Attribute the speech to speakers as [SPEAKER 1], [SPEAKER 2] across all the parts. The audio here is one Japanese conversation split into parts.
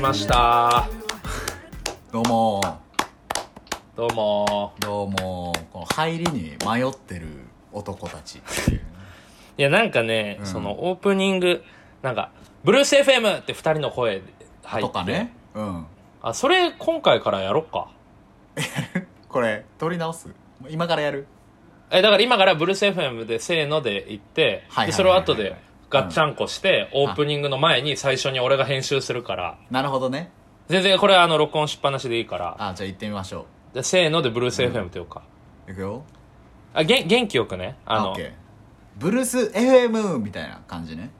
[SPEAKER 1] ました
[SPEAKER 2] どうも
[SPEAKER 1] どうも
[SPEAKER 2] どうもこの入りに迷ってる男たちっていうね
[SPEAKER 1] いやなんかね、
[SPEAKER 2] うん
[SPEAKER 1] そのオープニングなんか「ブルース FM」って二人の声入っ
[SPEAKER 2] と
[SPEAKER 1] て
[SPEAKER 2] かねうん
[SPEAKER 1] あそれ今回からやろっか
[SPEAKER 2] これ撮り直すもう今からやる
[SPEAKER 1] えだから今から「ブルース FM」で「せーの」で言って
[SPEAKER 2] はいはいはいはい
[SPEAKER 1] でそれを後でガッチャンコして、オープニングの前に最初に俺が編集するから
[SPEAKER 2] なるほどね
[SPEAKER 1] 全然これあの録音しっぱなしでいいから
[SPEAKER 2] あじゃあ行ってみましょ
[SPEAKER 1] でせーので「ブルース FM」っていうか、
[SPEAKER 2] ういくよ
[SPEAKER 1] あげん元気よくねあ
[SPEAKER 2] あ
[SPEAKER 1] の
[SPEAKER 2] オッケーブルース FM みたいな感じね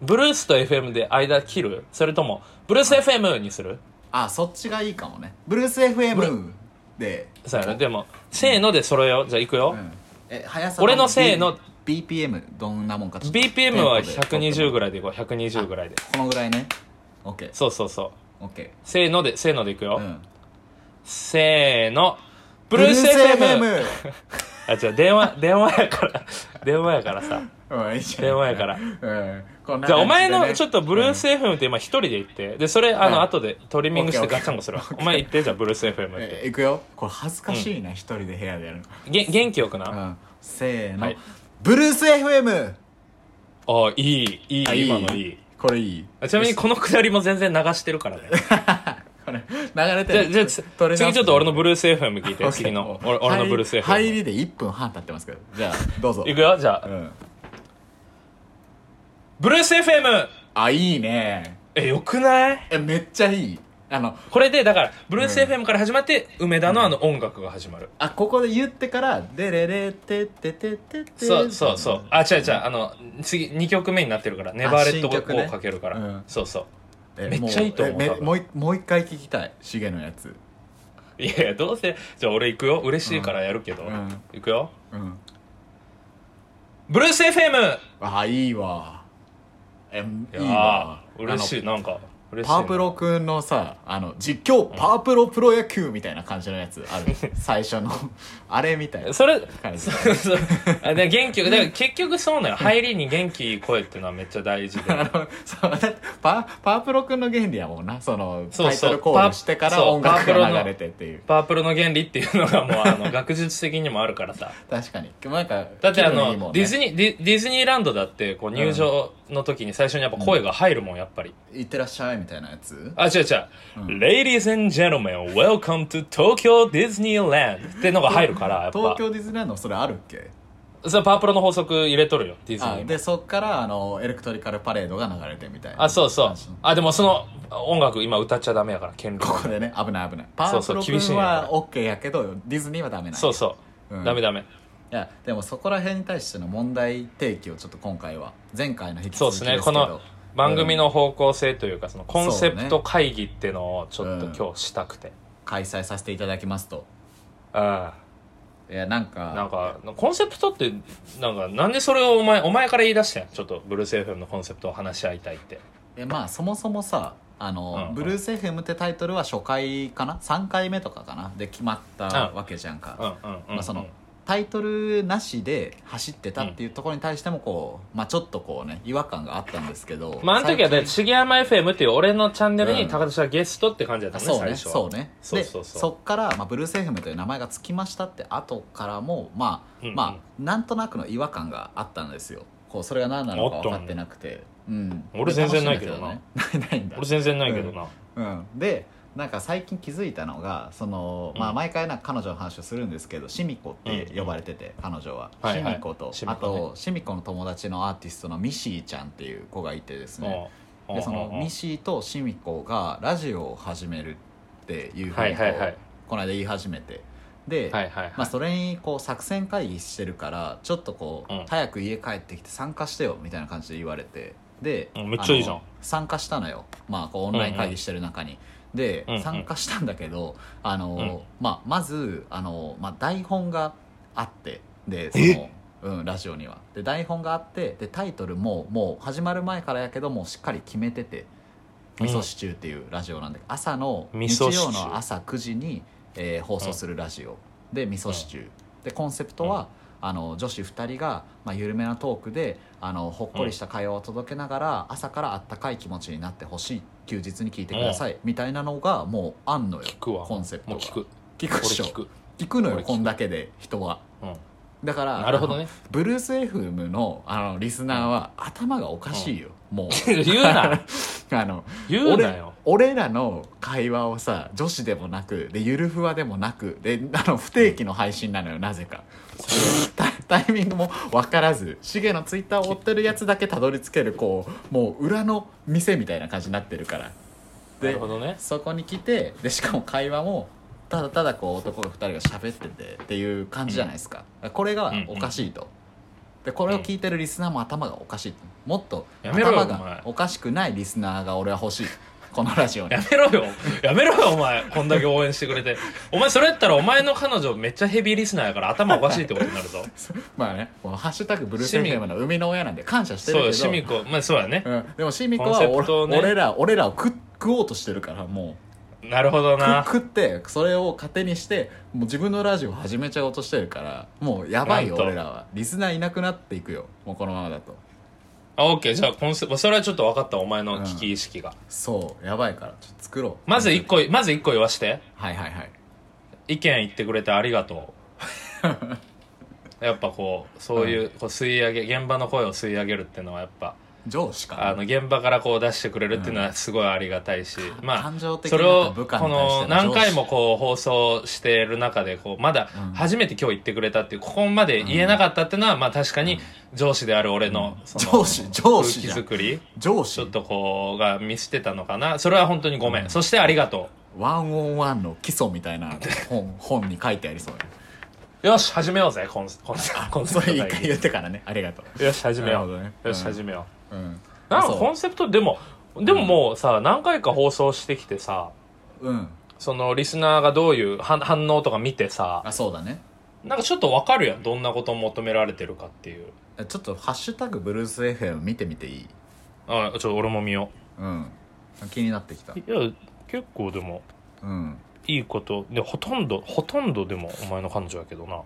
[SPEAKER 1] ブルースと FM で間切るそれともブルース FM にする
[SPEAKER 2] あそっちがいいかもねブルース
[SPEAKER 1] ブ
[SPEAKER 2] FM で
[SPEAKER 1] そうやなでもせーので揃えようじゃあ行くよ、
[SPEAKER 2] うんえ速さ
[SPEAKER 1] 俺のせーの
[SPEAKER 2] B- BPM どんなもんかちょっと
[SPEAKER 1] BPM は
[SPEAKER 2] テンポで撮って
[SPEAKER 1] 120ぐらいでいこう120ぐらいで
[SPEAKER 2] このぐらいね OKOK
[SPEAKER 1] そうそうそうせーのでせーのでいくよ、
[SPEAKER 2] うん
[SPEAKER 1] せーのブ
[SPEAKER 2] ブ
[SPEAKER 1] ルース FM!
[SPEAKER 2] FM
[SPEAKER 1] あ違う電話 電話やから電話やからさ
[SPEAKER 2] うんいいじゃん
[SPEAKER 1] 電話やから
[SPEAKER 2] うんこんな感でね
[SPEAKER 1] じゃあお前のちょっとブルース FM って今一人で行ってでそれあ
[SPEAKER 2] う
[SPEAKER 1] の
[SPEAKER 2] ん
[SPEAKER 1] 後でトリミングして
[SPEAKER 2] オッケー
[SPEAKER 1] ガッチャン コするわお前行ってじゃあブルース FM っ
[SPEAKER 2] え
[SPEAKER 1] て
[SPEAKER 2] いくよこれ恥ずかしいな一人で部屋でやるの
[SPEAKER 1] げ元気よくな、
[SPEAKER 2] うんせー
[SPEAKER 1] は
[SPEAKER 2] の
[SPEAKER 1] い
[SPEAKER 2] ブルース FM
[SPEAKER 1] ああいいいい
[SPEAKER 2] あ
[SPEAKER 1] 今のいい
[SPEAKER 2] これいい
[SPEAKER 1] あちなみにこのくだりも全然流してるから ね
[SPEAKER 2] これ流れて
[SPEAKER 1] じゃあ
[SPEAKER 2] る
[SPEAKER 1] じゃあつ
[SPEAKER 2] 取れ直す
[SPEAKER 1] 次ちょっと俺のブルース FM 聞い
[SPEAKER 2] OK
[SPEAKER 1] て次の俺俺のブルース FM
[SPEAKER 2] 入り入りで1分半経ってますけどじゃあどうぞ
[SPEAKER 1] いくよじゃあ、
[SPEAKER 2] うん
[SPEAKER 1] ブルース FM!
[SPEAKER 2] あいいね
[SPEAKER 1] え、よくない
[SPEAKER 2] えめっちゃいいあの
[SPEAKER 1] これで、だから、ブルース FM から始まって、梅田のあの音楽が始まる。
[SPEAKER 2] あここで言ってから「デレレテテテテテ」
[SPEAKER 1] そうそうそう。あ、違う違う。あの、次、2曲目になってるから、ネバーレット
[SPEAKER 2] 新曲
[SPEAKER 1] を
[SPEAKER 2] ね
[SPEAKER 1] かけるから。
[SPEAKER 2] うん
[SPEAKER 1] そうそ
[SPEAKER 2] え
[SPEAKER 1] めっちゃいいと思う
[SPEAKER 2] もえ
[SPEAKER 1] 多
[SPEAKER 2] め
[SPEAKER 1] 分
[SPEAKER 2] もういもう一回聞きたいシゲのやつ
[SPEAKER 1] う。いやいや、どうせ、じゃあ俺行くよ。嬉しいからやるけど。
[SPEAKER 2] うん
[SPEAKER 1] 行くよ。
[SPEAKER 2] うん
[SPEAKER 1] ブルース FM!
[SPEAKER 2] あいいわえいい
[SPEAKER 1] い
[SPEAKER 2] わ
[SPEAKER 1] やー嬉し
[SPEAKER 2] い
[SPEAKER 1] い。なんか、嬉しいな。
[SPEAKER 2] パープロくんのさあの実況パープロプロ野球みたいな感じのやつ ある最初のあれみたいな
[SPEAKER 1] それ、
[SPEAKER 2] 感じ
[SPEAKER 1] そうそう。あで元気よく、だから結局そうなの。入りに元気いい声っていうのはめっちゃ大事で。
[SPEAKER 2] あのそうだってパパープロくんの原理やもんなその
[SPEAKER 1] そうそう
[SPEAKER 2] タイトルコールしてか
[SPEAKER 1] パ
[SPEAKER 2] ら
[SPEAKER 1] そう
[SPEAKER 2] 音楽
[SPEAKER 1] パープロの
[SPEAKER 2] が流れてっていう
[SPEAKER 1] パープルの原理っていうのがもうあ の学術的にもあるからさ
[SPEAKER 2] 確かになんか
[SPEAKER 1] だってあ
[SPEAKER 2] 気
[SPEAKER 1] の
[SPEAKER 2] 分いいもんね
[SPEAKER 1] ディズニーディディズニーランドだってこう入場の時に最初にやっぱ声が入るもんやっぱり、
[SPEAKER 2] いってらっしゃいみたいなやつ
[SPEAKER 1] あ違う違う、Ladies and gentlemen welcome to Tokyo Disneyland ってのが入るからやっぱ
[SPEAKER 2] 東京ディズニーランドそれあるっけ
[SPEAKER 1] それパープルの法則入れとるよディズニ
[SPEAKER 2] あ
[SPEAKER 1] ーも
[SPEAKER 2] でそっからあのエレクトリカルパレードが流れてみたいな
[SPEAKER 1] あそうそう
[SPEAKER 2] 感じ
[SPEAKER 1] あでもその音楽今歌っちゃダメやから権利
[SPEAKER 2] ここでね危ない危ないパ
[SPEAKER 1] そう
[SPEAKER 2] ー
[SPEAKER 1] そ
[SPEAKER 2] プ
[SPEAKER 1] う
[SPEAKER 2] ロ
[SPEAKER 1] 厳しい
[SPEAKER 2] 君
[SPEAKER 1] んやから
[SPEAKER 2] は OK やけどディズニーはダメなんや
[SPEAKER 1] そうそう、
[SPEAKER 2] うん
[SPEAKER 1] ダメダメ
[SPEAKER 2] いやでもそこら辺に対しての問題提起をちょっと今回は前回の引き
[SPEAKER 1] そう
[SPEAKER 2] 続
[SPEAKER 1] で
[SPEAKER 2] きです
[SPEAKER 1] す
[SPEAKER 2] けど
[SPEAKER 1] ねこの番組の方向性というかそのコンセプト会議ってのをちょっと
[SPEAKER 2] うん
[SPEAKER 1] 今日したくて、
[SPEAKER 2] 開催させていただきますと
[SPEAKER 1] あ
[SPEAKER 2] いやなん
[SPEAKER 1] あ
[SPEAKER 2] か
[SPEAKER 1] なんかコンセプトってなんかなんでそれをお前お前から言い出したんちょっとブルース FM のコンセプトを話し合いたいって
[SPEAKER 2] えまあそもそもさあ
[SPEAKER 1] うん
[SPEAKER 2] の、
[SPEAKER 1] うん
[SPEAKER 2] ブルース FM ってタイトルは初回かな3回目とかかなで決まった
[SPEAKER 1] うん
[SPEAKER 2] わけじゃんか、
[SPEAKER 1] うんうんうん、うん
[SPEAKER 2] まあ、そのタイトルなしで走ってたっていうところに対してもこう、まあ、ちょっとこうね違和感があったんですけど
[SPEAKER 1] まああの時は
[SPEAKER 2] 最
[SPEAKER 1] ね「
[SPEAKER 2] 近
[SPEAKER 1] ちぎやま FM」っていう俺のチャンネル
[SPEAKER 2] う
[SPEAKER 1] に
[SPEAKER 2] ん
[SPEAKER 1] 高田氏はゲストって感じだった
[SPEAKER 2] あ
[SPEAKER 1] もんね、
[SPEAKER 2] そうね
[SPEAKER 1] 最初は
[SPEAKER 2] そうね
[SPEAKER 1] そうそうそう
[SPEAKER 2] でそっから、まあ、ブルース FM という名前がつきましたって後からもまあ、
[SPEAKER 1] うんうん
[SPEAKER 2] まあなんとなくの違和感があったんですよこうそれが何なのか分かってなくて、うん、
[SPEAKER 1] 俺全然ないけどな
[SPEAKER 2] 楽しいんだけどねないんだ
[SPEAKER 1] 俺全然ないけどな、
[SPEAKER 2] うん、でなんか最近気づいたのがその、ま
[SPEAKER 1] う
[SPEAKER 2] あ、
[SPEAKER 1] ん
[SPEAKER 2] 毎回なんか彼女の話をするんですけどシミコって呼ばれてて、彼女は、
[SPEAKER 1] はいはい
[SPEAKER 2] シミコと
[SPEAKER 1] シミ
[SPEAKER 2] あ
[SPEAKER 1] コね
[SPEAKER 2] とシミコの友達のアーティストのミシーちゃんっていう子がいてですね
[SPEAKER 1] うん
[SPEAKER 2] でその
[SPEAKER 1] うん
[SPEAKER 2] ミシーとシミコがラジオを始めるっていうふう
[SPEAKER 1] は
[SPEAKER 2] に
[SPEAKER 1] い
[SPEAKER 2] こ
[SPEAKER 1] は
[SPEAKER 2] う
[SPEAKER 1] いはい
[SPEAKER 2] この間言い始めてで、
[SPEAKER 1] はいはいはい、
[SPEAKER 2] まあ、それにこう作戦会議してるからちょっとこう、
[SPEAKER 1] うん
[SPEAKER 2] 早く家帰ってきて参加してよみたいな感じで言われてで、
[SPEAKER 1] うんめっちゃいいじゃん
[SPEAKER 2] あの参加したのよ、まあ、こうオンライン会議してる中に、で、
[SPEAKER 1] うんうん
[SPEAKER 2] 参加したんだけどあの、
[SPEAKER 1] うん
[SPEAKER 2] まあ、まずあの、まあ、台本があってでその。うん、ラジオにはで台本があってでタイトルももう始まる前からやけどもうしっかり決めてて「
[SPEAKER 1] うん
[SPEAKER 2] 味噌シチュー」っていうラジオなんで朝の
[SPEAKER 1] 味
[SPEAKER 2] 日
[SPEAKER 1] 噌シチュー
[SPEAKER 2] 曜の朝9時に、えー放送するラジオ、で味噌シチュー、でコンセプトは、あの女子2人が、まあ、緩めなトークであのほっこりした会話を届けながら、朝からあったかい気持ちになってほしい休日に聞いてください、みたいなのがもうあんのよ
[SPEAKER 1] 聞くわ。
[SPEAKER 2] コ
[SPEAKER 1] も
[SPEAKER 2] ンセプト
[SPEAKER 1] う
[SPEAKER 2] が
[SPEAKER 1] 聞く。
[SPEAKER 2] 聞
[SPEAKER 1] 俺
[SPEAKER 2] くっしょ
[SPEAKER 1] 聞く。
[SPEAKER 2] 聞くの
[SPEAKER 1] 俺
[SPEAKER 2] よ
[SPEAKER 1] 聞く
[SPEAKER 2] こんだけで人は
[SPEAKER 1] うん。
[SPEAKER 2] だから
[SPEAKER 1] なるほどね。
[SPEAKER 2] あ のブルース FM のあのリスナーは頭がおかしいよ、も
[SPEAKER 1] 言うな。
[SPEAKER 2] うあの
[SPEAKER 1] 言うな
[SPEAKER 2] 俺
[SPEAKER 1] よ。
[SPEAKER 2] 俺らの会話をさ女子でもなくでゆるふわでもなくであの不定期の配信なのよなぜかタタイミングも分からずシゲのツイッターを追ってるやつだけたどり着けるこうもう裏の店みたいな感じになってるから
[SPEAKER 1] な
[SPEAKER 2] で
[SPEAKER 1] るほどね。
[SPEAKER 2] そこに来てでしかも会話もただただこう男が2人が喋っててっていう感じじゃないですか、これがおかしいと、でこれを聞いてるリスナーも頭がおかしいともっと
[SPEAKER 1] やめろよ
[SPEAKER 2] 頭
[SPEAKER 1] お前
[SPEAKER 2] がおかしくないリスナーが俺は欲しいこのラジオに
[SPEAKER 1] やめろよ。やめろよ、お前。こんだけ応援してくれて。お前、それやったらお前の彼女めっちゃヘビーリスナーやから頭おかしいってことにな るぞ。
[SPEAKER 2] まあね「もうハッシュタグブルース
[SPEAKER 1] シミ
[SPEAKER 2] FM」の生みの親なんで感謝してる
[SPEAKER 1] そう
[SPEAKER 2] けど
[SPEAKER 1] よ、シミコ。まあ、そうやね。
[SPEAKER 2] うん、でもシミコ
[SPEAKER 1] コン
[SPEAKER 2] は
[SPEAKER 1] セプトを
[SPEAKER 2] 俺,、
[SPEAKER 1] ね
[SPEAKER 2] 俺ら俺らを食食おうとしてるからも
[SPEAKER 1] なるほど
[SPEAKER 2] う
[SPEAKER 1] な。
[SPEAKER 2] 食食ってそれを糧にしてもう自分のラジオ始めちゃおうとしてるからもうやばいよ
[SPEAKER 1] なんと
[SPEAKER 2] 俺らはリスナーいなくなっていくよもうこのままだと
[SPEAKER 1] あ、オッケー。じゃあ、コンセプト、それはちょっと分かった、お前の危機意識が。
[SPEAKER 2] そうやばいからちょっと作ろう
[SPEAKER 1] まず一個、まず一個言わして。
[SPEAKER 2] はいはいはい
[SPEAKER 1] 意見言ってくれてありがと う。やっぱこう、そういう、こう吸い上げ、現場の声を吸い上げるっていうのはやっぱ、
[SPEAKER 2] 上司か
[SPEAKER 1] あの、現場からこう出してくれるっていうのはすごいありがたいし、まあ
[SPEAKER 2] 感、情的
[SPEAKER 1] そ
[SPEAKER 2] に
[SPEAKER 1] れ
[SPEAKER 2] なった
[SPEAKER 1] を
[SPEAKER 2] 部
[SPEAKER 1] こ
[SPEAKER 2] 下に対して
[SPEAKER 1] の
[SPEAKER 2] の
[SPEAKER 1] 何回も
[SPEAKER 2] 上司
[SPEAKER 1] こう放送している中でこうまだ
[SPEAKER 2] うん
[SPEAKER 1] 初めて今日言ってくれたっていうここまで言えなかったっていうのはまあ確かに上司である俺のその
[SPEAKER 2] 上司上司じゃん
[SPEAKER 1] 空気作り
[SPEAKER 2] 上
[SPEAKER 1] ちょ
[SPEAKER 2] 司
[SPEAKER 1] っとこうが見捨てたのかなそれは本当にごめんそしてありがと
[SPEAKER 2] ワンオンワンの基礎みたいな本本に書いてありそうや
[SPEAKER 1] うよし始めようぜコン コンコンセ
[SPEAKER 2] そ
[SPEAKER 1] プト
[SPEAKER 2] れ一
[SPEAKER 1] 会
[SPEAKER 2] 回
[SPEAKER 1] 議
[SPEAKER 2] 言ってからねありがとう
[SPEAKER 1] よし始め
[SPEAKER 2] な
[SPEAKER 1] よ
[SPEAKER 2] るほどね
[SPEAKER 1] うよし始めよ
[SPEAKER 2] ううん
[SPEAKER 1] うなんか
[SPEAKER 2] そう
[SPEAKER 1] コンセプトでもでももうさ何回か放送してきてさ
[SPEAKER 2] うん
[SPEAKER 1] そのリスナーがどういう反反応とか見てさ
[SPEAKER 2] あそうだね
[SPEAKER 1] なんかちょっとわかるやんどんなことを求められてるかっていう
[SPEAKER 2] ちょっと「ハッシュタグブルース FM」見てみていい
[SPEAKER 1] あちょっと俺も見よ
[SPEAKER 2] うん気になってきた
[SPEAKER 1] ういや結構でも
[SPEAKER 2] うん
[SPEAKER 1] いいことでほとんどほとんどでもお前の彼女やけどな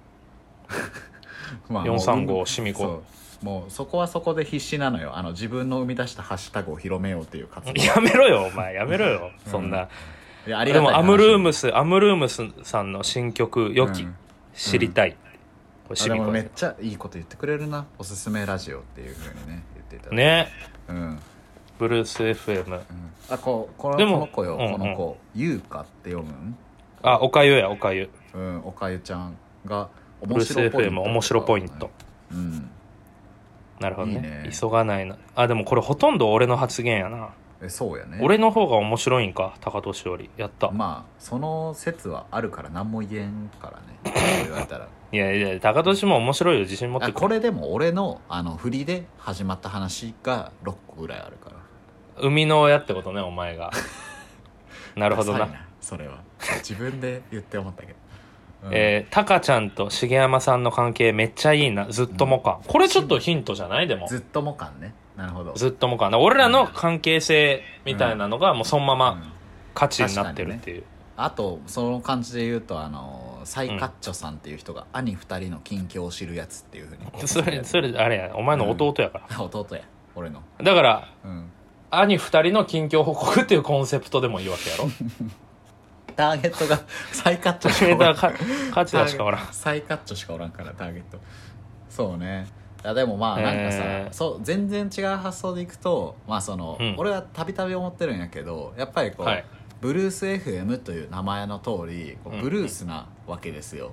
[SPEAKER 2] まあも
[SPEAKER 1] 435
[SPEAKER 2] う
[SPEAKER 1] シミ
[SPEAKER 2] そ
[SPEAKER 1] コ
[SPEAKER 2] うもうそこはそこで必死なのよあの自分の生み出したハッシュタグを広めようっていう活動
[SPEAKER 1] やめろよお前やめろよ、そんな
[SPEAKER 2] であ
[SPEAKER 1] でもアムルーム
[SPEAKER 2] ス
[SPEAKER 1] スアムルームスさんの新曲「良き、知りたい」これシ
[SPEAKER 2] で
[SPEAKER 1] ミ
[SPEAKER 2] も
[SPEAKER 1] コ
[SPEAKER 2] め
[SPEAKER 1] ね
[SPEAKER 2] っちゃいいこと言ってくれるなおすすめラジオっていうふうにね言っていただいて
[SPEAKER 1] ね
[SPEAKER 2] うん、うん、
[SPEAKER 1] ブルース FM
[SPEAKER 2] あこうこの
[SPEAKER 1] で
[SPEAKER 2] こ
[SPEAKER 1] も
[SPEAKER 2] の子よ、
[SPEAKER 1] うんうん
[SPEAKER 2] この子ゆうかって読むん
[SPEAKER 1] あおかゆやおかゆ
[SPEAKER 2] うんおかゆちゃんが
[SPEAKER 1] ブルース FM 面白ポイント
[SPEAKER 2] うん
[SPEAKER 1] なるほどね
[SPEAKER 2] いいね
[SPEAKER 1] 急がないなあでもこれほとんど俺の発言やな
[SPEAKER 2] えそうやね
[SPEAKER 1] 俺の方が面白いんか高俊よりやった、
[SPEAKER 2] まあその説はあるから何も言えんから ねそう言われたら
[SPEAKER 1] いやいや高俊も面白いよ自信持って
[SPEAKER 2] あ
[SPEAKER 1] く
[SPEAKER 2] これでも俺のあの振りで始まった話が6個ぐらいあるから
[SPEAKER 1] 生みの親ってことねお 前がなるほどな
[SPEAKER 2] ダサいそれは自分で言って思ったけど、うん
[SPEAKER 1] えー、タカちゃんと茂山さんの関係めっちゃいいなずっともか、これちょっとヒントじゃないでも
[SPEAKER 2] ずっとも感ねなるほど
[SPEAKER 1] ずっともかな俺らの関係性みたいなのがもうそのま
[SPEAKER 2] う
[SPEAKER 1] ま
[SPEAKER 2] ん
[SPEAKER 1] 価値になってるっていう、
[SPEAKER 2] あとその感じで言うとあのサイカッチョさんっていう人が兄2人の近況を知るやつっていうふうに
[SPEAKER 1] それそれあれやお前の弟やから、
[SPEAKER 2] 弟や俺の
[SPEAKER 1] だから
[SPEAKER 2] うん
[SPEAKER 1] 兄二人の近況報告っていうコンセプトでもいいわ けやろ
[SPEAKER 2] ターゲットがサイカッチョし
[SPEAKER 1] 決
[SPEAKER 2] か
[SPEAKER 1] め
[SPEAKER 2] おら
[SPEAKER 1] た
[SPEAKER 2] ん
[SPEAKER 1] か価値だしかおらん
[SPEAKER 2] サイカッチョしかおらんからターゲットそうねいやでもまあなんかさ、
[SPEAKER 1] えー
[SPEAKER 2] そう全然違う発想でいくとまあその、
[SPEAKER 1] うん
[SPEAKER 2] 俺はたびたび思ってるんやけどやっぱりこう、
[SPEAKER 1] はい
[SPEAKER 2] ブルース FM という名前の通りこ
[SPEAKER 1] うん
[SPEAKER 2] うブルースなわけですよ、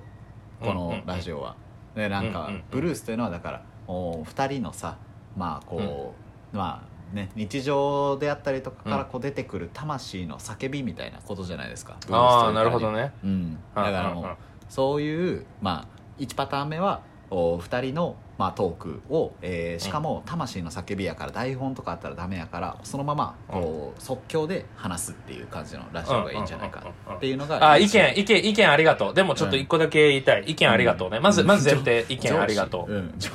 [SPEAKER 1] うん
[SPEAKER 2] このラジオは。でなん
[SPEAKER 1] う
[SPEAKER 2] か
[SPEAKER 1] んうん
[SPEAKER 2] ブルースというのはだからもう2人のさまあこう、まあね日常であったりとかからこう出てくる魂の叫びみたいなことじゃないですか、ブルース
[SPEAKER 1] あ
[SPEAKER 2] と
[SPEAKER 1] あ
[SPEAKER 2] いう
[SPEAKER 1] なるほど
[SPEAKER 2] ね、
[SPEAKER 1] ね
[SPEAKER 2] うん、だからもうそういう、まあ、1パターン目はお2人の、まあ、トークを、えーしかも魂の叫びやから台本とかあったらダメやからそのままこう、即興で話すっていう感じのラジオがいいんじゃないかっていうのが
[SPEAKER 1] あ意見意見意見ありがとうでもちょっと一個だけ言いたい、意見ありがとうねまずまず前提意見ありがとう
[SPEAKER 2] う、ん、上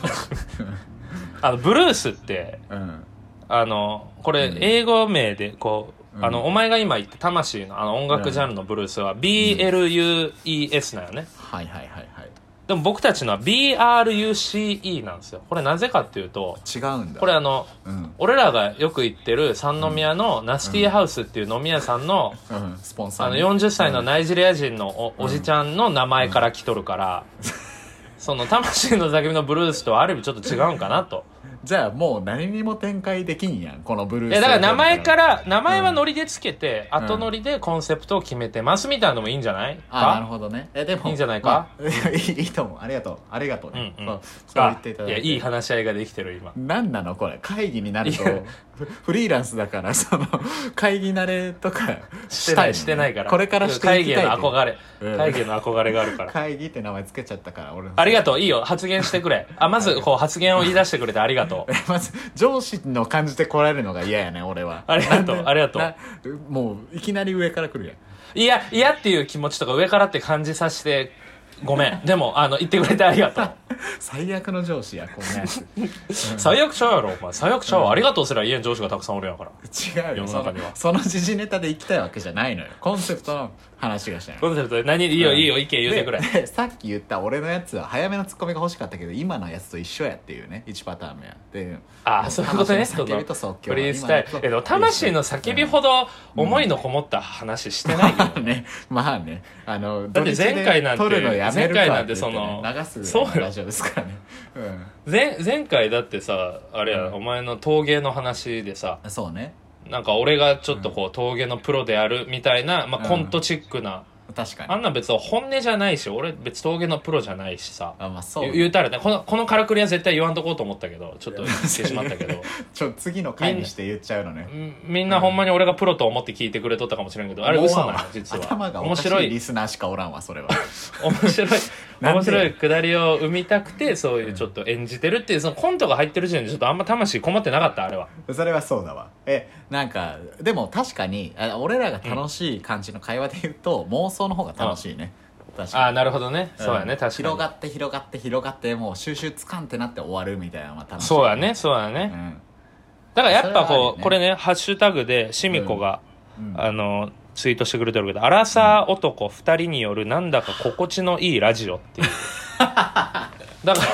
[SPEAKER 1] あのブルースって
[SPEAKER 2] 司うん
[SPEAKER 1] あのこれ
[SPEAKER 2] うん
[SPEAKER 1] 英語名でこう、
[SPEAKER 2] うん
[SPEAKER 1] あのお前が今言った魂のあの音楽ジャンルのブルースは BLUES なんよね、
[SPEAKER 2] はいはいはいはい
[SPEAKER 1] でも僕たちのは BRUCE なんですよこれなぜかっていうと
[SPEAKER 2] 違うんだ
[SPEAKER 1] これあの
[SPEAKER 2] うん、
[SPEAKER 1] 俺らがよく行ってる三宮のナスティーハウスっていう飲み屋さんの
[SPEAKER 2] うん、スポンサー
[SPEAKER 1] あの
[SPEAKER 2] ね
[SPEAKER 1] 40歳のナイジェリア人のおおじちゃんの名前から来とる から、その魂の叫びのブルースとはある意味ちょっと違うんかなと。
[SPEAKER 2] じゃあもう何にも展開できんやんこのブルー
[SPEAKER 1] い
[SPEAKER 2] ス
[SPEAKER 1] やだから名前からら、名前はノリでつけて、後ノリでコンセプトを決めてますみたいなのもいいんじゃない
[SPEAKER 2] あなる
[SPEAKER 1] か
[SPEAKER 2] ほどねえでも
[SPEAKER 1] いいんじゃないか、
[SPEAKER 2] まあ いやいいいいと思うありがとうありがとうね、
[SPEAKER 1] うんう
[SPEAKER 2] そ
[SPEAKER 1] ん
[SPEAKER 2] うそう言っていただい
[SPEAKER 1] や、
[SPEAKER 2] て
[SPEAKER 1] いい話し合いができてる今。
[SPEAKER 2] 何なのこれ会議になると
[SPEAKER 1] いや
[SPEAKER 2] フフリーランスだからそ の会議慣れとか
[SPEAKER 1] してな
[SPEAKER 2] の
[SPEAKER 1] い、してないから。
[SPEAKER 2] これからしていきたい
[SPEAKER 1] 会議への憧れ、
[SPEAKER 2] うん
[SPEAKER 1] 会議への憧れがあるから。
[SPEAKER 2] 会議って名前つけちゃったから俺の
[SPEAKER 1] ありがとう、いいよ、発言してくれ。あ、まず、こう、発言を言い出してくれてありがとう。
[SPEAKER 2] まず上司の感じで来られるのが嫌やね俺は
[SPEAKER 1] ありがとう
[SPEAKER 2] なんで
[SPEAKER 1] ありがとう
[SPEAKER 2] なもういきなり上から来るやん
[SPEAKER 1] いや、嫌っていう気持ちとか上からって感じさせて、ご めん。でも、あの、言ってくれてありがとう。
[SPEAKER 2] 最悪の上司やこんなやつ
[SPEAKER 1] 最悪ちゃうやろ、お前。最悪ちゃうわ。ありがとうすら家に上司がたくさんおるんやから。
[SPEAKER 2] 違うよ
[SPEAKER 1] 世の中には
[SPEAKER 2] そのその時事ネタで行きたいわけじゃないのよコンセプトの話がしたいの
[SPEAKER 1] コンセプトで何、いいよ、いいよ、意見言うてくれ
[SPEAKER 2] で。で さっき言った俺のやつは早めのツッコミが欲しかったけど今のやつと一緒やっていうね1パターン目やっていう
[SPEAKER 1] ああ、そういうことね。
[SPEAKER 2] 魂の叫びと即興
[SPEAKER 1] フリースタイル。えでも魂の叫びほど思いのこもった話してないよ。
[SPEAKER 2] まあねまあねあの
[SPEAKER 1] だって前回なんて
[SPEAKER 2] 土日で撮るのやめるか
[SPEAKER 1] 前回なんて
[SPEAKER 2] って言ってね
[SPEAKER 1] その
[SPEAKER 2] 流す
[SPEAKER 1] そうよ
[SPEAKER 2] ラジオですからねうん
[SPEAKER 1] 前、前回だってさ、あれや、お前の陶芸の話でさ、
[SPEAKER 2] あそうね
[SPEAKER 1] なんか俺がちょっとこう陶芸のプロであるみたいな、まあ
[SPEAKER 2] うん
[SPEAKER 1] コントチックな、
[SPEAKER 2] 確かに
[SPEAKER 1] あんな別に本音じゃないし、俺別に陶芸のプロじゃないしさ。
[SPEAKER 2] あまあそう
[SPEAKER 1] 言言うたらねこのこのからくりは絶対言わんとこうと思ったけどちょっと言ってしまったけど
[SPEAKER 2] ちょ次の回にして言っちゃうのね
[SPEAKER 1] んみんなほんまに俺がプロと思って聞いてくれとったかもしれんけどあれ嘘なの
[SPEAKER 2] もう
[SPEAKER 1] 実
[SPEAKER 2] 頭
[SPEAKER 1] は
[SPEAKER 2] が
[SPEAKER 1] 面
[SPEAKER 2] 面
[SPEAKER 1] 白
[SPEAKER 2] 白
[SPEAKER 1] い
[SPEAKER 2] いリスナーしかおらんわそれは
[SPEAKER 1] 面 白い
[SPEAKER 2] なんで
[SPEAKER 1] 面白いくだりを生みたくてそういうちょっと演じてるっていうそのコントが入ってる時点でちょっとあんま魂こもってなかったあれは
[SPEAKER 2] それはそうだわえなんかでも確かにあ俺らが楽しい感じの会話で言うと、妄想の方が楽しいね、確
[SPEAKER 1] あ
[SPEAKER 2] か
[SPEAKER 1] あ
[SPEAKER 2] に
[SPEAKER 1] なるほどねそうやね
[SPEAKER 2] ん
[SPEAKER 1] 確かに
[SPEAKER 2] 広がって広がって広がってもう収集つかんってなって終わるみたいなのが楽しい
[SPEAKER 1] そうやねそうや
[SPEAKER 2] う
[SPEAKER 1] ね
[SPEAKER 2] ん
[SPEAKER 1] だからやっぱ
[SPEAKER 2] それはあ
[SPEAKER 1] こ
[SPEAKER 2] る
[SPEAKER 1] う
[SPEAKER 2] ね
[SPEAKER 1] これねハッシュタグでシミコが
[SPEAKER 2] うん
[SPEAKER 1] あのツイートしてくれてるけど「アラサー男2人によるなんだか心地のいいラジオ」 っていうだか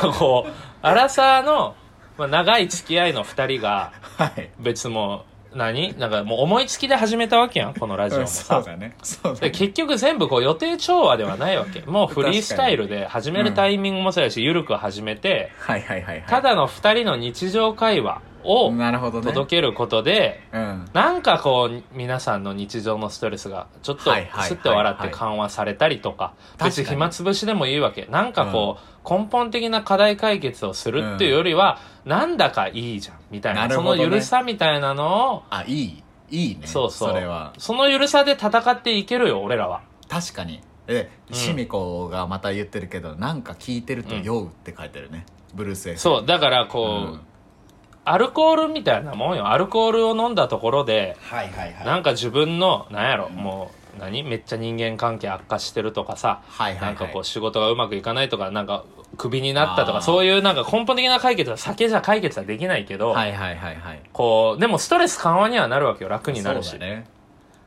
[SPEAKER 1] らこうアラサーの、まあ、長い付き合いの2人が
[SPEAKER 2] はい
[SPEAKER 1] 別もう何なんかもう思いつきで始めたわけやんこのラジオ
[SPEAKER 2] う
[SPEAKER 1] も
[SPEAKER 2] んそう
[SPEAKER 1] さ
[SPEAKER 2] だねそうだ
[SPEAKER 1] で
[SPEAKER 2] ね
[SPEAKER 1] 結局全部こう予定調和ではないわけもうフリースタイルで始めるタイミングもそうやし緩く始めて
[SPEAKER 2] はいはいはいはい
[SPEAKER 1] ただの2人の日常会話を
[SPEAKER 2] なるほどね
[SPEAKER 1] 届けることで
[SPEAKER 2] うん
[SPEAKER 1] なんかこう皆さんの日常のストレスがちょっと
[SPEAKER 2] はいはいはいはい
[SPEAKER 1] すって笑って緩和されたりとか別に
[SPEAKER 2] 確かに
[SPEAKER 1] 暇つぶしでもいいわけなんかこう、根本的な課題解決をするっていうよりは、なんだかいいじゃんみたいな
[SPEAKER 2] なる
[SPEAKER 1] そ
[SPEAKER 2] ほど
[SPEAKER 1] の
[SPEAKER 2] ね
[SPEAKER 1] ゆるさみたいなのを
[SPEAKER 2] あいいいいね
[SPEAKER 1] そうそう
[SPEAKER 2] れは
[SPEAKER 1] そのゆるさで戦っていけるよ俺らは
[SPEAKER 2] 確かにえ
[SPEAKER 1] うん
[SPEAKER 2] シミコがまた言ってるけど、なんか聞いてると
[SPEAKER 1] うん
[SPEAKER 2] 酔うって書いてるね、ブルース F
[SPEAKER 1] そうだからこう、
[SPEAKER 2] ん
[SPEAKER 1] アルコールみたいなもんよアルコールを飲んだところで
[SPEAKER 2] はいはいはい
[SPEAKER 1] なんか自分のなんやろもう何めっちゃ人間関係悪化してるとかさ
[SPEAKER 2] はいはいはい
[SPEAKER 1] なんかこう仕事がうまくいかないとかなんかクビになったと
[SPEAKER 2] あ
[SPEAKER 1] か
[SPEAKER 2] ー
[SPEAKER 1] そういうなんか根本的な解決は酒じゃ解決はできないけど、
[SPEAKER 2] はいはいはいはい
[SPEAKER 1] こうでもストレス緩和にはなるわけよ楽になるし、
[SPEAKER 2] そうだね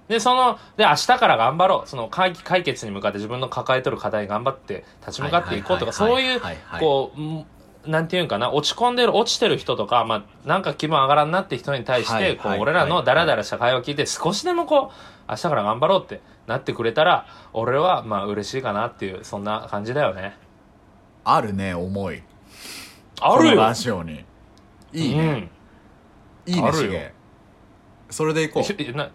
[SPEAKER 1] でそので明日から頑張ろうその解解決に向かって自分の抱えとる課題頑張って立ち向かっていこうと
[SPEAKER 2] はい
[SPEAKER 1] かそう
[SPEAKER 2] はいいうはいはい
[SPEAKER 1] こうんなんていうんかな落ち込んでる落ちてる人とか、まあ、なんか気分上がらんなって人に対し
[SPEAKER 2] はいはい
[SPEAKER 1] てこう
[SPEAKER 2] はい
[SPEAKER 1] 俺らのダラダラした会話を聞いて少しでもこう明日から頑張ろうってなってくれたら俺はまあ嬉しいかなっていうそんな感じだよね。
[SPEAKER 2] あるね思い
[SPEAKER 1] あ
[SPEAKER 2] こ
[SPEAKER 1] る
[SPEAKER 2] の
[SPEAKER 1] よ
[SPEAKER 2] ラジオにいいね、いいね
[SPEAKER 1] あるよ
[SPEAKER 2] シゲそれでいこ
[SPEAKER 1] う
[SPEAKER 2] うん
[SPEAKER 1] えな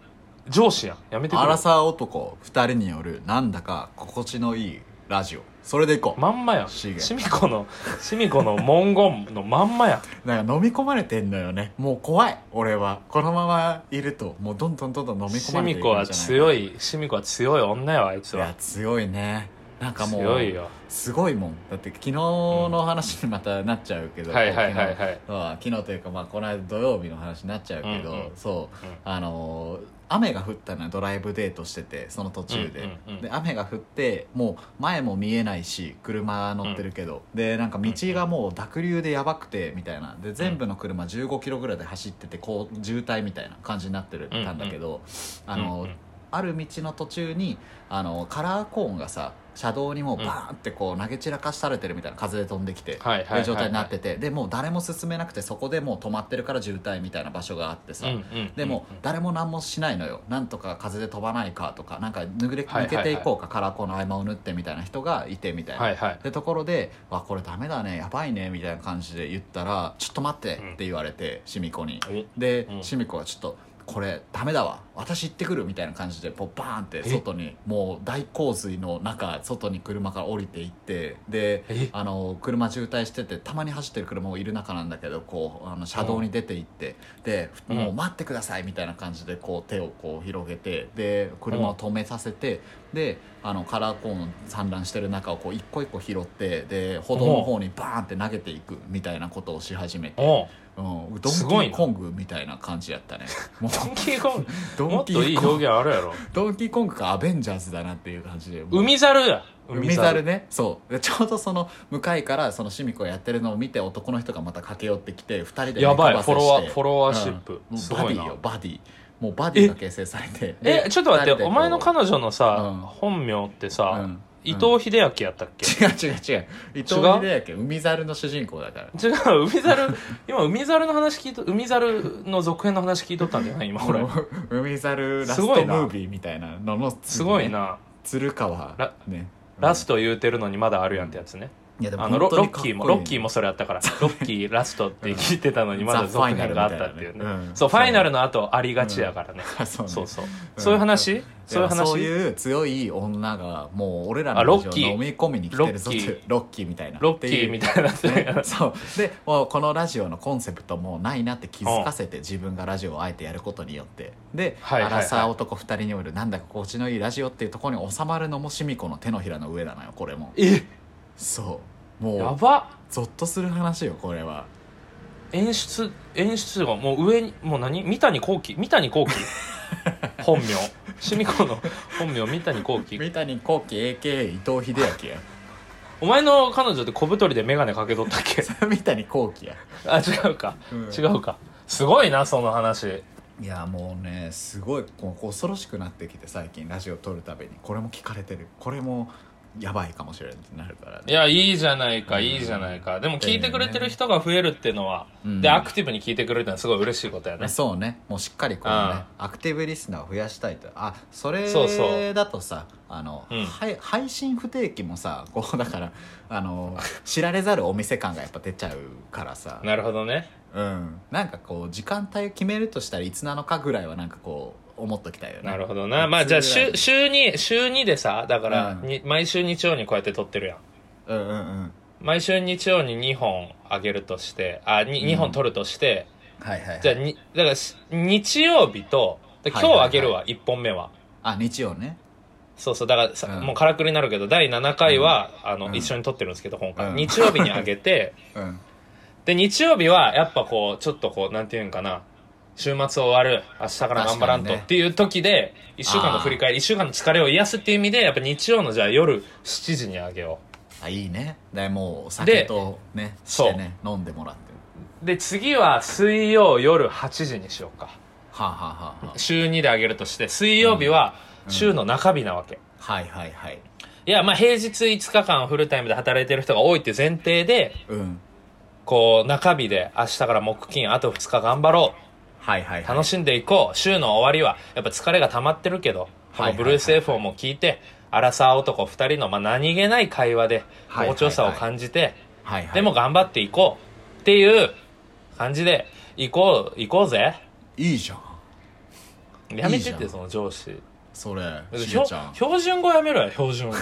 [SPEAKER 1] 上司やんやめてく
[SPEAKER 2] ア
[SPEAKER 1] れ
[SPEAKER 2] ラサー男2人によるなんだか心地のいいラジオそれでいこう、
[SPEAKER 1] まんまやん
[SPEAKER 2] シゲ
[SPEAKER 1] シミコのシミコの文言のまんまやん
[SPEAKER 2] なんか飲み込まれてんのよねもう怖い俺はこのままいるともうどんどんどんどん飲み込
[SPEAKER 1] シ
[SPEAKER 2] まれ
[SPEAKER 1] ミ
[SPEAKER 2] ていくんじ
[SPEAKER 1] コ
[SPEAKER 2] ゃない
[SPEAKER 1] は強いシミコは強い女よあいつ
[SPEAKER 2] いや
[SPEAKER 1] は
[SPEAKER 2] 強いねなんかもう
[SPEAKER 1] 強いよ
[SPEAKER 2] すごいもんだって昨日の話にまたなっちゃうけど、
[SPEAKER 1] はいはいはいはい
[SPEAKER 2] 昨日あ昨日というか、まあ、この間土曜日の話になっちゃうけど、
[SPEAKER 1] うんうん
[SPEAKER 2] そう、
[SPEAKER 1] うん
[SPEAKER 2] あのー雨が降ったのよドライブデートしててその途中で、
[SPEAKER 1] うんうんうん
[SPEAKER 2] で雨が降ってもう前も見えないし車乗ってるけど、でなんか道がもう濁流でやばくてみたいなで全部の車1 5キロぐらいで走っててこう渋滞みたいな感じになってるたんだけど、あのー
[SPEAKER 1] うんうん
[SPEAKER 2] ある道の途中にあのカラーコーンがさ車道にもうバーンってこう投げ散らかされてるみたいな風で飛んできて、
[SPEAKER 1] はいはいはいはい
[SPEAKER 2] 状態になっててでもう誰も進めなくてそこでもう止まってるから渋滞みたいな場所があってさ、
[SPEAKER 1] うんうんうん
[SPEAKER 2] でも誰も何もしないのよなんとか風で飛ばないかとかなんか抜れ抜けていこうか、カラーコーンの合間を縫ってみたいな人がいてみたいな、
[SPEAKER 1] はいはい
[SPEAKER 2] でところで「わこれダメだねやばいね」みたいな感じで言ったら「ちょっと待って」って言われて、シミ子に
[SPEAKER 1] え
[SPEAKER 2] で、
[SPEAKER 1] うん
[SPEAKER 2] シミ子はちょっと「これダメだわ私行ってくる」みたいな感じでポバーンって外にもう大洪水の中外に車から降りていってで
[SPEAKER 1] え
[SPEAKER 2] あの車渋滞しててたまに走ってる車もいる中なんだけどこうあの車道に出て行って、で「
[SPEAKER 1] うん
[SPEAKER 2] もう待ってください」みたいな感じでこう手をこう広げてで車を止めさせて、であのカラーコーン散乱してる中をこう一個一個拾ってで歩道の方にバーンって投げていくみたいなことをし始めて、
[SPEAKER 1] おう
[SPEAKER 2] うん、ドンキ
[SPEAKER 1] すごい
[SPEAKER 2] ー
[SPEAKER 1] な
[SPEAKER 2] コングみたいな感じやったねもう
[SPEAKER 1] ドンキーコング
[SPEAKER 2] ド
[SPEAKER 1] も
[SPEAKER 2] ン
[SPEAKER 1] っ
[SPEAKER 2] キ
[SPEAKER 1] とい
[SPEAKER 2] ー
[SPEAKER 1] い
[SPEAKER 2] コン
[SPEAKER 1] 表
[SPEAKER 2] グ
[SPEAKER 1] 現あるやろ
[SPEAKER 2] ドンキーコングかアベンジャーズだなっていう感じでもう
[SPEAKER 1] 海猿や
[SPEAKER 2] 海猿ねそうでちょうどその向かいからそのシミ子やってるのを見て男の人がまた駆け寄ってきて二人で
[SPEAKER 1] やばい
[SPEAKER 2] 目配せして
[SPEAKER 1] フォロワーフォロワーシップ
[SPEAKER 2] もう
[SPEAKER 1] す
[SPEAKER 2] バ
[SPEAKER 1] ご
[SPEAKER 2] デ
[SPEAKER 1] い
[SPEAKER 2] ィ
[SPEAKER 1] な
[SPEAKER 2] よバディもうバディが形成されて
[SPEAKER 1] え
[SPEAKER 2] で
[SPEAKER 1] ちょっと待っ
[SPEAKER 2] 二人で
[SPEAKER 1] て
[SPEAKER 2] こう
[SPEAKER 1] お前の彼女の
[SPEAKER 2] うん
[SPEAKER 1] さ本名って
[SPEAKER 2] う
[SPEAKER 1] さ
[SPEAKER 2] ん
[SPEAKER 1] 伊藤英明やったっけ
[SPEAKER 2] 違う違う違う伊藤英明海猿の主人公だから
[SPEAKER 1] 違う海猿今海猿の話聞いと海猿の続編の話聞いとったんじゃない今俺
[SPEAKER 2] もう海猿ラス
[SPEAKER 1] す
[SPEAKER 2] トム
[SPEAKER 1] ごいな
[SPEAKER 2] ービーみたいなのの
[SPEAKER 1] すごいな
[SPEAKER 2] 鶴川
[SPEAKER 1] ラ
[SPEAKER 2] ね
[SPEAKER 1] ラスト言うてるのにまだあるやんってやつね
[SPEAKER 2] いやでも
[SPEAKER 1] あのロ
[SPEAKER 2] 本当
[SPEAKER 1] ロ
[SPEAKER 2] にかっ
[SPEAKER 1] ッ
[SPEAKER 2] こい
[SPEAKER 1] キ
[SPEAKER 2] い
[SPEAKER 1] ーもロッキーもそれあったからロッキーラストって聞いてたのにまだ
[SPEAKER 2] ザ
[SPEAKER 1] 続編があったっていう
[SPEAKER 2] ファイナルみたいなね
[SPEAKER 1] ね
[SPEAKER 2] うん
[SPEAKER 1] そうファイナルの後ありがちやからね
[SPEAKER 2] あそうね
[SPEAKER 1] そうそうそういう話そ
[SPEAKER 2] い
[SPEAKER 1] ういう
[SPEAKER 2] やそう
[SPEAKER 1] 話
[SPEAKER 2] いう強い女がもう俺ら
[SPEAKER 1] あ
[SPEAKER 2] の
[SPEAKER 1] ロ
[SPEAKER 2] ラジ
[SPEAKER 1] ッ
[SPEAKER 2] オ
[SPEAKER 1] キー
[SPEAKER 2] 飲み込みに来てるぞって
[SPEAKER 1] ロッキー
[SPEAKER 2] ロッキーみたいな
[SPEAKER 1] ロッキーみ
[SPEAKER 2] い
[SPEAKER 1] たいな
[SPEAKER 2] なそうでもうこのラジオのコンセプトもうないなって気づかせて自分がラジオをあえてやることによってで、
[SPEAKER 1] はいはいはい
[SPEAKER 2] アラサー男2人によるなんだか心地のいいラジオっていうところに収まるのもシミ子の手のひらの上なのよこれも
[SPEAKER 1] え
[SPEAKER 2] そう
[SPEAKER 1] や
[SPEAKER 2] もう
[SPEAKER 1] ば
[SPEAKER 2] ゾッとする話よこれは
[SPEAKER 1] 演出演出がもう上にもう何三谷幸喜三谷 幸喜本名シミ子の本名三谷幸喜
[SPEAKER 2] 三谷幸喜 AKA 伊藤英明や
[SPEAKER 1] お前の彼女って小太りで眼鏡かけとったっけ
[SPEAKER 2] 三谷幸喜や、
[SPEAKER 1] あ違うか
[SPEAKER 2] うん
[SPEAKER 1] 違うかすごいなその話
[SPEAKER 2] いやもうねすごいこう恐ろしくなってきて最近ラジオ撮るたびにこれも聞かれてるこれもやばいかもしれないってなるから
[SPEAKER 1] い
[SPEAKER 2] ね
[SPEAKER 1] やいいじゃないかいいじゃないかでも聞いてくれてる人が増えるっていうのは、
[SPEAKER 2] うん
[SPEAKER 1] でアクティブに聞いてくれるってのはすごい嬉しいことやね
[SPEAKER 2] そうねもうしっかりこうね
[SPEAKER 1] あ
[SPEAKER 2] アクティブリスナーを増やしたいとあそれ
[SPEAKER 1] そうそう
[SPEAKER 2] だとさあの、
[SPEAKER 1] うん
[SPEAKER 2] はい配信不定期もさこうだからあの知られざるお店感がやっぱ出ちゃうからさ
[SPEAKER 1] なるほどね
[SPEAKER 2] うん、なんかこう時間帯を決めるとしたらいつなのかぐらいはなんかこう思っときたいよね
[SPEAKER 1] なるほど
[SPEAKER 2] う
[SPEAKER 1] なんまあじゃあ
[SPEAKER 2] そういうぐら
[SPEAKER 1] 週
[SPEAKER 2] い
[SPEAKER 1] 週に週2でさだから、
[SPEAKER 2] うん
[SPEAKER 1] に毎週日曜にこうやって撮ってるやん
[SPEAKER 2] うんうんうん
[SPEAKER 1] 毎週日曜に2本あげるとしてあに
[SPEAKER 2] うん
[SPEAKER 1] 2本撮るとして、
[SPEAKER 2] はいはい、はい、
[SPEAKER 1] じゃあにだからし日曜日とで今
[SPEAKER 2] はいはい
[SPEAKER 1] 日
[SPEAKER 2] はい
[SPEAKER 1] あげるわ、一1本目は
[SPEAKER 2] あ日曜ね
[SPEAKER 1] そうそうだからさ、
[SPEAKER 2] うん
[SPEAKER 1] もうからくりになるけど第7回は、あの
[SPEAKER 2] うん
[SPEAKER 1] 一緒に撮ってるんですけど今回、
[SPEAKER 2] うん
[SPEAKER 1] 日曜日にあ げて
[SPEAKER 2] うん
[SPEAKER 1] で日曜日はやっぱこうちょっとこうなんていうんかな週末終わる明日から頑張ら
[SPEAKER 2] 確か
[SPEAKER 1] んと
[SPEAKER 2] にね
[SPEAKER 1] っていう時で、1週間の振り返り1週間の疲れを癒すっていう意味でやっぱ日曜のじゃあ夜7時にあげよう
[SPEAKER 2] あいいねでもうお酒とねしてね飲んでもらって
[SPEAKER 1] で次は水曜夜8時にしようか
[SPEAKER 2] はあ、はあはあは
[SPEAKER 1] 週2であげるとして水曜日は週の中日なわけ、
[SPEAKER 2] あ、はいはいはい
[SPEAKER 1] いやまあ平日5日間フルタイムで働いてる人が多いっていう前提で
[SPEAKER 2] うん
[SPEAKER 1] こう中日で明日から木金あと2日頑張ろ
[SPEAKER 2] はいはいうはい
[SPEAKER 1] 楽しんでいこう週の終わりはやっぱ疲れが溜まってるけどこ
[SPEAKER 2] はいはいは
[SPEAKER 1] の
[SPEAKER 2] い
[SPEAKER 1] ブルース F をも聞いてアラサー男2人のまあ何気ない会話で
[SPEAKER 2] はいはいはい
[SPEAKER 1] 心地よさを感じて
[SPEAKER 2] はいはい
[SPEAKER 1] でも頑張っていこうっていう感じで行こう行こうぜ
[SPEAKER 2] いいじゃん
[SPEAKER 1] やめ
[SPEAKER 2] いいじ
[SPEAKER 1] て
[SPEAKER 2] ゃ
[SPEAKER 1] っ
[SPEAKER 2] ん
[SPEAKER 1] てその上司
[SPEAKER 2] それしげ
[SPEAKER 1] 標
[SPEAKER 2] ちゃん
[SPEAKER 1] 標準語やめろや標準語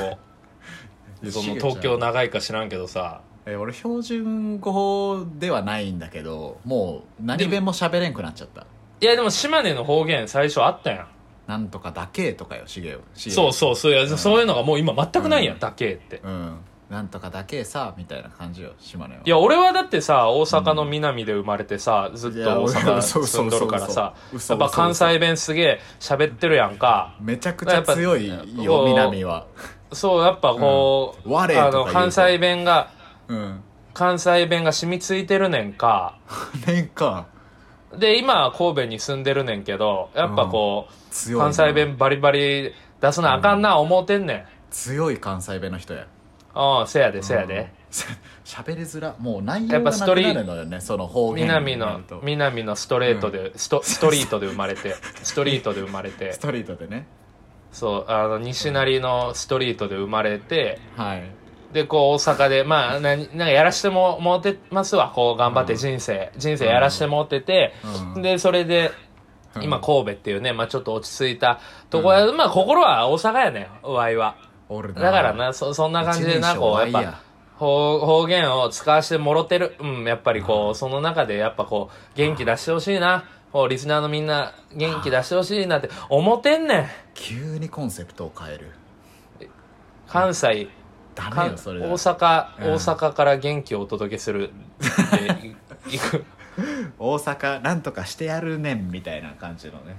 [SPEAKER 2] で
[SPEAKER 1] そ
[SPEAKER 2] し
[SPEAKER 1] の
[SPEAKER 2] げちゃん
[SPEAKER 1] 東京長いか知らんけどさ
[SPEAKER 2] え俺標準語ではないんだけどもう何弁も喋れんくなっちゃった
[SPEAKER 1] いやでも島根の方言最初あったやん
[SPEAKER 2] なんとかだけとかよしげよしげ
[SPEAKER 1] そうそうそういや、そういうのがもう今全くないやん、
[SPEAKER 2] うん
[SPEAKER 1] だけって
[SPEAKER 2] うんなんとかだけさみたいな感じよ島根はい
[SPEAKER 1] や俺はだってさ大阪の南で生まれてさ、ずっ
[SPEAKER 2] い
[SPEAKER 1] と
[SPEAKER 2] や
[SPEAKER 1] 大
[SPEAKER 2] 俺
[SPEAKER 1] 阪
[SPEAKER 2] 嘘嘘
[SPEAKER 1] 住んどるからさ
[SPEAKER 2] 嘘嘘
[SPEAKER 1] やっぱ
[SPEAKER 2] 嘘
[SPEAKER 1] 関西弁すげえ喋ってるやんか
[SPEAKER 2] めちゃくちゃ強い
[SPEAKER 1] やっぱ
[SPEAKER 2] よ南は
[SPEAKER 1] そうやっぱこう、
[SPEAKER 2] うん我とか言
[SPEAKER 1] あ
[SPEAKER 2] うと
[SPEAKER 1] の関西弁が
[SPEAKER 2] うん
[SPEAKER 1] 関西弁が染みついてるねんか
[SPEAKER 2] 年間
[SPEAKER 1] で今神戸に住んでるねんけどやっぱこう、
[SPEAKER 2] 強いな
[SPEAKER 1] 関西弁バリバリ出すなあかんな思うてんねん、
[SPEAKER 2] 強い関西弁の人や
[SPEAKER 1] うん、せやでせや で、
[SPEAKER 2] 喋りづらもう内
[SPEAKER 1] や
[SPEAKER 2] 容
[SPEAKER 1] っぱ
[SPEAKER 2] が
[SPEAKER 1] ス
[SPEAKER 2] な
[SPEAKER 1] ト
[SPEAKER 2] くな
[SPEAKER 1] リ
[SPEAKER 2] るのよねその方言
[SPEAKER 1] 南
[SPEAKER 2] にな
[SPEAKER 1] の
[SPEAKER 2] ると
[SPEAKER 1] 南のストレートで、ストストリートで生まれてストリートで生まれて
[SPEAKER 2] ストリートでね
[SPEAKER 1] そうあの西成のストリートで生まれて
[SPEAKER 2] はい
[SPEAKER 1] でこう大阪でまあななんかやらしてももうてますわこう頑張って人生、人生やらしてもうてて、
[SPEAKER 2] うん
[SPEAKER 1] でそれで
[SPEAKER 2] うん
[SPEAKER 1] 今神戸っていうね、まあ、ちょっと落ち着いたとこや、まあ心は大阪やねわいは
[SPEAKER 2] おるな
[SPEAKER 1] だからなそそんな感じでな
[SPEAKER 2] 一人称
[SPEAKER 1] こうやっ
[SPEAKER 2] はい
[SPEAKER 1] ぱ方方言を使わせてもろてるうんやっぱりこうその中でやっぱこう元気出してほしいなこうリスナーのみんな元気出してほしいなって思ってんねん
[SPEAKER 2] 急にコンセプトを変える
[SPEAKER 1] 関西
[SPEAKER 2] ダメ
[SPEAKER 1] 関大
[SPEAKER 2] よそれ
[SPEAKER 1] 阪、
[SPEAKER 2] うん
[SPEAKER 1] 大阪から元気をお届けする でいく
[SPEAKER 2] 大阪なんとかしてやるねんみたいな感じのね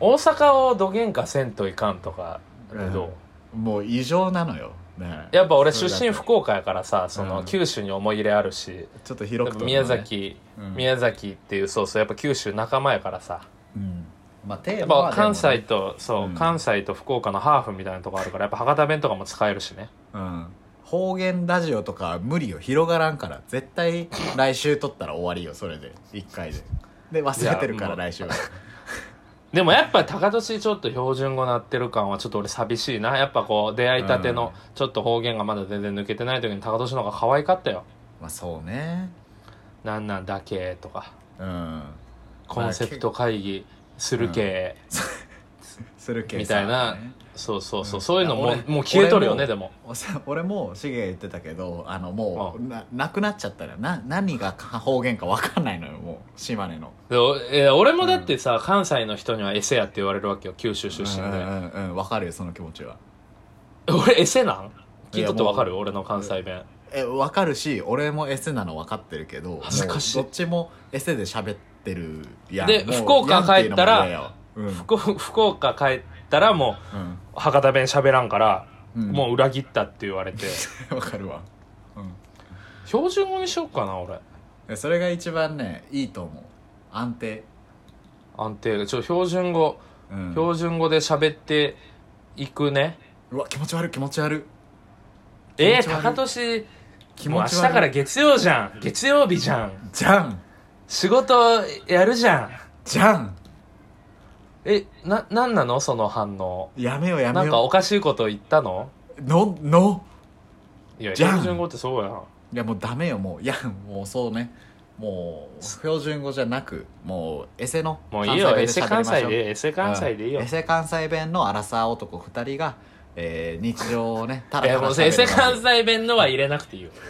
[SPEAKER 1] 大阪をどげんかせんといかんとかだけど、
[SPEAKER 2] もう異常なのよね
[SPEAKER 1] やっぱ俺
[SPEAKER 2] それ
[SPEAKER 1] 出
[SPEAKER 2] だと
[SPEAKER 1] 身福岡やからさその
[SPEAKER 2] うん
[SPEAKER 1] 九州に思い入れあるし、
[SPEAKER 2] ちょっと広
[SPEAKER 1] や
[SPEAKER 2] く
[SPEAKER 1] っ
[SPEAKER 2] とる
[SPEAKER 1] ぱ
[SPEAKER 2] のね
[SPEAKER 1] 宮崎、
[SPEAKER 2] うん
[SPEAKER 1] 宮崎っていうそうそうやっぱ九州仲間やからさ
[SPEAKER 2] うんまあテ
[SPEAKER 1] や
[SPEAKER 2] ー
[SPEAKER 1] っ
[SPEAKER 2] マはで
[SPEAKER 1] ぱ
[SPEAKER 2] も
[SPEAKER 1] 関西とそう、
[SPEAKER 2] うん
[SPEAKER 1] 関西と福岡のハーフみたいなとこあるからやっぱ博多弁とかも使えるしね
[SPEAKER 2] うん方言ラジオとかは無理よ広がらんから絶対来週撮ったら終わりよそれで1回でで忘れてるか
[SPEAKER 1] いや
[SPEAKER 2] ら来週は
[SPEAKER 1] でもやっぱ高年ちょっと標準語なってる感はちょっと俺寂しいなやっぱこう出会いたてのちょっと方言がまだ全然抜けてない時に高年の方が可愛かったよ
[SPEAKER 2] まあそうね
[SPEAKER 1] 「なんなんだけ」とか
[SPEAKER 2] うん
[SPEAKER 1] 「コンセプト会議するけ」
[SPEAKER 2] するけ
[SPEAKER 1] みたいな、
[SPEAKER 2] さね
[SPEAKER 1] そうそうそ
[SPEAKER 2] う
[SPEAKER 1] う、
[SPEAKER 2] ん
[SPEAKER 1] そういうのも
[SPEAKER 2] いや
[SPEAKER 1] う
[SPEAKER 2] 俺
[SPEAKER 1] もう消えとるよね
[SPEAKER 2] 俺
[SPEAKER 1] でも
[SPEAKER 2] おさ俺もシゲが言ってたけどあのもうななくなっちゃったらな何が方言か分かんないのよもう島根の
[SPEAKER 1] でおえー俺もだってさ、関西の人にはエセやって言われるわけよ九州出身
[SPEAKER 2] う
[SPEAKER 1] で、
[SPEAKER 2] んうんうん分かるよその気持ちは
[SPEAKER 1] 俺エセなん
[SPEAKER 2] い
[SPEAKER 1] 聞い
[SPEAKER 2] や
[SPEAKER 1] とってわかる
[SPEAKER 2] も
[SPEAKER 1] 俺の関西弁、
[SPEAKER 2] え分かるし俺もエセなの分かってるけど
[SPEAKER 1] 恥ずかしい
[SPEAKER 2] もうどっちもエセで喋ってるやん
[SPEAKER 1] で
[SPEAKER 2] もう
[SPEAKER 1] 福岡帰ったら
[SPEAKER 2] やんっていうのも嫌よ
[SPEAKER 1] 福福岡帰ったらも
[SPEAKER 2] うんうん
[SPEAKER 1] う博多弁喋らんから、
[SPEAKER 2] うん
[SPEAKER 1] もう裏切ったって言われて
[SPEAKER 2] わかるわ、うん
[SPEAKER 1] 標準語にしよっかな俺
[SPEAKER 2] で、それが一番ねいいと思う安定、
[SPEAKER 1] 安定ちょ標準語、
[SPEAKER 2] うん、
[SPEAKER 1] 標準語で喋っていくね
[SPEAKER 2] うわ気持ち悪い気持ち悪い
[SPEAKER 1] え
[SPEAKER 2] 気持
[SPEAKER 1] ー、
[SPEAKER 2] ち悪い
[SPEAKER 1] 高年
[SPEAKER 2] 気
[SPEAKER 1] もう
[SPEAKER 2] 持
[SPEAKER 1] 明
[SPEAKER 2] ち
[SPEAKER 1] 日
[SPEAKER 2] 悪い
[SPEAKER 1] から月曜じゃん月曜日じゃん
[SPEAKER 2] じゃん
[SPEAKER 1] 仕事やるじゃん
[SPEAKER 2] じゃん
[SPEAKER 1] えななんなのその反応
[SPEAKER 2] やめようや
[SPEAKER 1] な
[SPEAKER 2] め
[SPEAKER 1] んかお
[SPEAKER 2] よ
[SPEAKER 1] かしいこと言ったの
[SPEAKER 2] うのの
[SPEAKER 1] いや
[SPEAKER 2] じゃん
[SPEAKER 1] 標準語ってそうやん
[SPEAKER 2] いやもうダメよもういやもうそうねもう標準語じゃなくもうエセの
[SPEAKER 1] もういいよエ
[SPEAKER 2] 関
[SPEAKER 1] セ
[SPEAKER 2] 西弁で喋りまし
[SPEAKER 1] 関
[SPEAKER 2] ょう
[SPEAKER 1] 西でエセ関西でいいよ、
[SPEAKER 2] うんエセ関西弁のアラサー男2人が、えー日常をねた
[SPEAKER 1] いや
[SPEAKER 2] た
[SPEAKER 1] もう
[SPEAKER 2] 喋る
[SPEAKER 1] 先生関西弁のは入れなくていいよ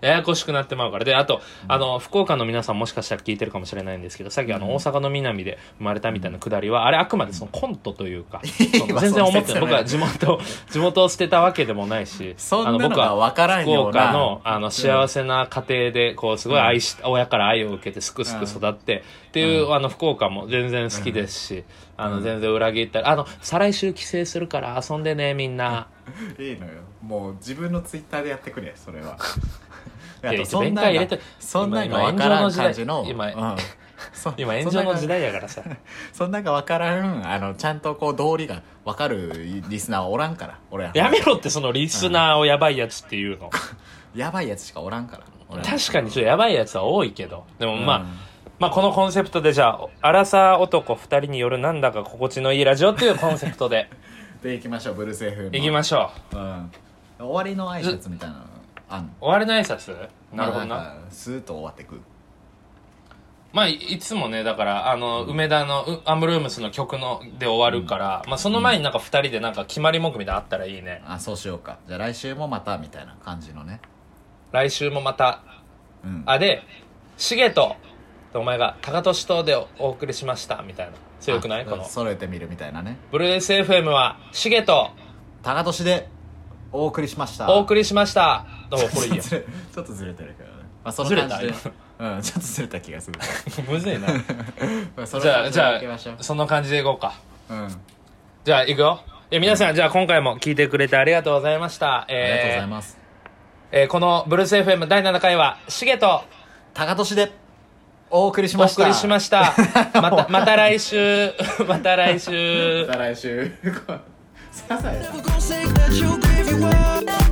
[SPEAKER 1] ややこしくなってまうからであと、あの福岡の皆さんもしかしたら聞いてるかもしれないんですけどさっきあの、
[SPEAKER 2] うん
[SPEAKER 1] 大阪の南で生まれたみたいなくだりはあれあくまでそのコントという か、
[SPEAKER 2] いいわ
[SPEAKER 1] その全然思って
[SPEAKER 2] その説明
[SPEAKER 1] ない僕は地元地元を捨てたわけでもないし
[SPEAKER 2] そ
[SPEAKER 1] あ
[SPEAKER 2] んなの
[SPEAKER 1] 僕は
[SPEAKER 2] が分からん
[SPEAKER 1] 福
[SPEAKER 2] ような
[SPEAKER 1] 岡のあの幸せな家庭でこうすごい愛し、親から愛を受けてすくすく育って、っていう、あの福岡も全然好きですし、あの全然裏切ったらあの再来週帰省するから遊んでねみんな。
[SPEAKER 2] いいのよもう自分のツイッターでやってくれそれは
[SPEAKER 1] いや
[SPEAKER 2] あとそんな
[SPEAKER 1] 弁解入れ
[SPEAKER 2] の
[SPEAKER 1] て
[SPEAKER 2] そんなの
[SPEAKER 1] 今
[SPEAKER 2] が分からん
[SPEAKER 1] 今炎上の時代
[SPEAKER 2] 感じの
[SPEAKER 1] 今
[SPEAKER 2] うんそ
[SPEAKER 1] 今炎上の
[SPEAKER 2] そんなの
[SPEAKER 1] 時
[SPEAKER 2] が
[SPEAKER 1] 代やからさ
[SPEAKER 2] そんなのが分からんあのちゃんとこう道理が分かるリスナーはおらんから俺は
[SPEAKER 1] やめろってそのリスナーをやばいやつってい うの
[SPEAKER 2] やばいやつしかおらんから俺は
[SPEAKER 1] 確かにちょっとやばいやつは多いけどでもまあ、
[SPEAKER 2] うん
[SPEAKER 1] まあこのコンセプトでじゃあ「アラサー男2人によるなんだか心地のいいラジオ」っていうコンセプトで
[SPEAKER 2] で行きましょうブルース FM
[SPEAKER 1] いきましょう
[SPEAKER 2] す、うん、終わりの挨拶みたいなのあんの
[SPEAKER 1] 終わりの挨拶なるほど
[SPEAKER 2] まあ
[SPEAKER 1] なん
[SPEAKER 2] かスーッと終わってく
[SPEAKER 1] まあいいつもねだからあの梅田のうアムルームスの曲ので終わるから、まあその前になんか2人でなんか決まり文句みたいなのあったらいいね
[SPEAKER 2] あそうしようかじゃあ来週もまたみたいな感じのね
[SPEAKER 1] 来週もまた
[SPEAKER 2] うん
[SPEAKER 1] あで、シゲと、お前が、高俊とでお送りしました、みたいな。強くない
[SPEAKER 2] あ
[SPEAKER 1] この、
[SPEAKER 2] 揃えてみるみたいなね
[SPEAKER 1] ブルース FM は、シゲと
[SPEAKER 2] 高年でお送りしました
[SPEAKER 1] お送りしました。ど うもこれいいや。
[SPEAKER 2] ちょっとずれちょっとずれてるけどね、まあ、その
[SPEAKER 1] ずれた
[SPEAKER 2] 感じでうんちょっとずれた気がする
[SPEAKER 1] むずいな。
[SPEAKER 2] まあその
[SPEAKER 1] じゃあ、
[SPEAKER 2] 感
[SPEAKER 1] じゃ
[SPEAKER 2] でいきましょう
[SPEAKER 1] あ、その感じでいこうか。
[SPEAKER 2] うん
[SPEAKER 1] じゃあ、いくよ。え皆さん、じゃあ今回も聞いてくれてありがとうございました。
[SPEAKER 2] ありがとうござい
[SPEAKER 1] えー
[SPEAKER 2] ます
[SPEAKER 1] えーこのブルース FM 第7回は、シゲと、
[SPEAKER 2] 高年でお送りし
[SPEAKER 1] お
[SPEAKER 2] ました
[SPEAKER 1] 送りしました。また、また来週、 また来週
[SPEAKER 2] ま。た来週 サザエさん
[SPEAKER 3] Never gonna say that you give you up.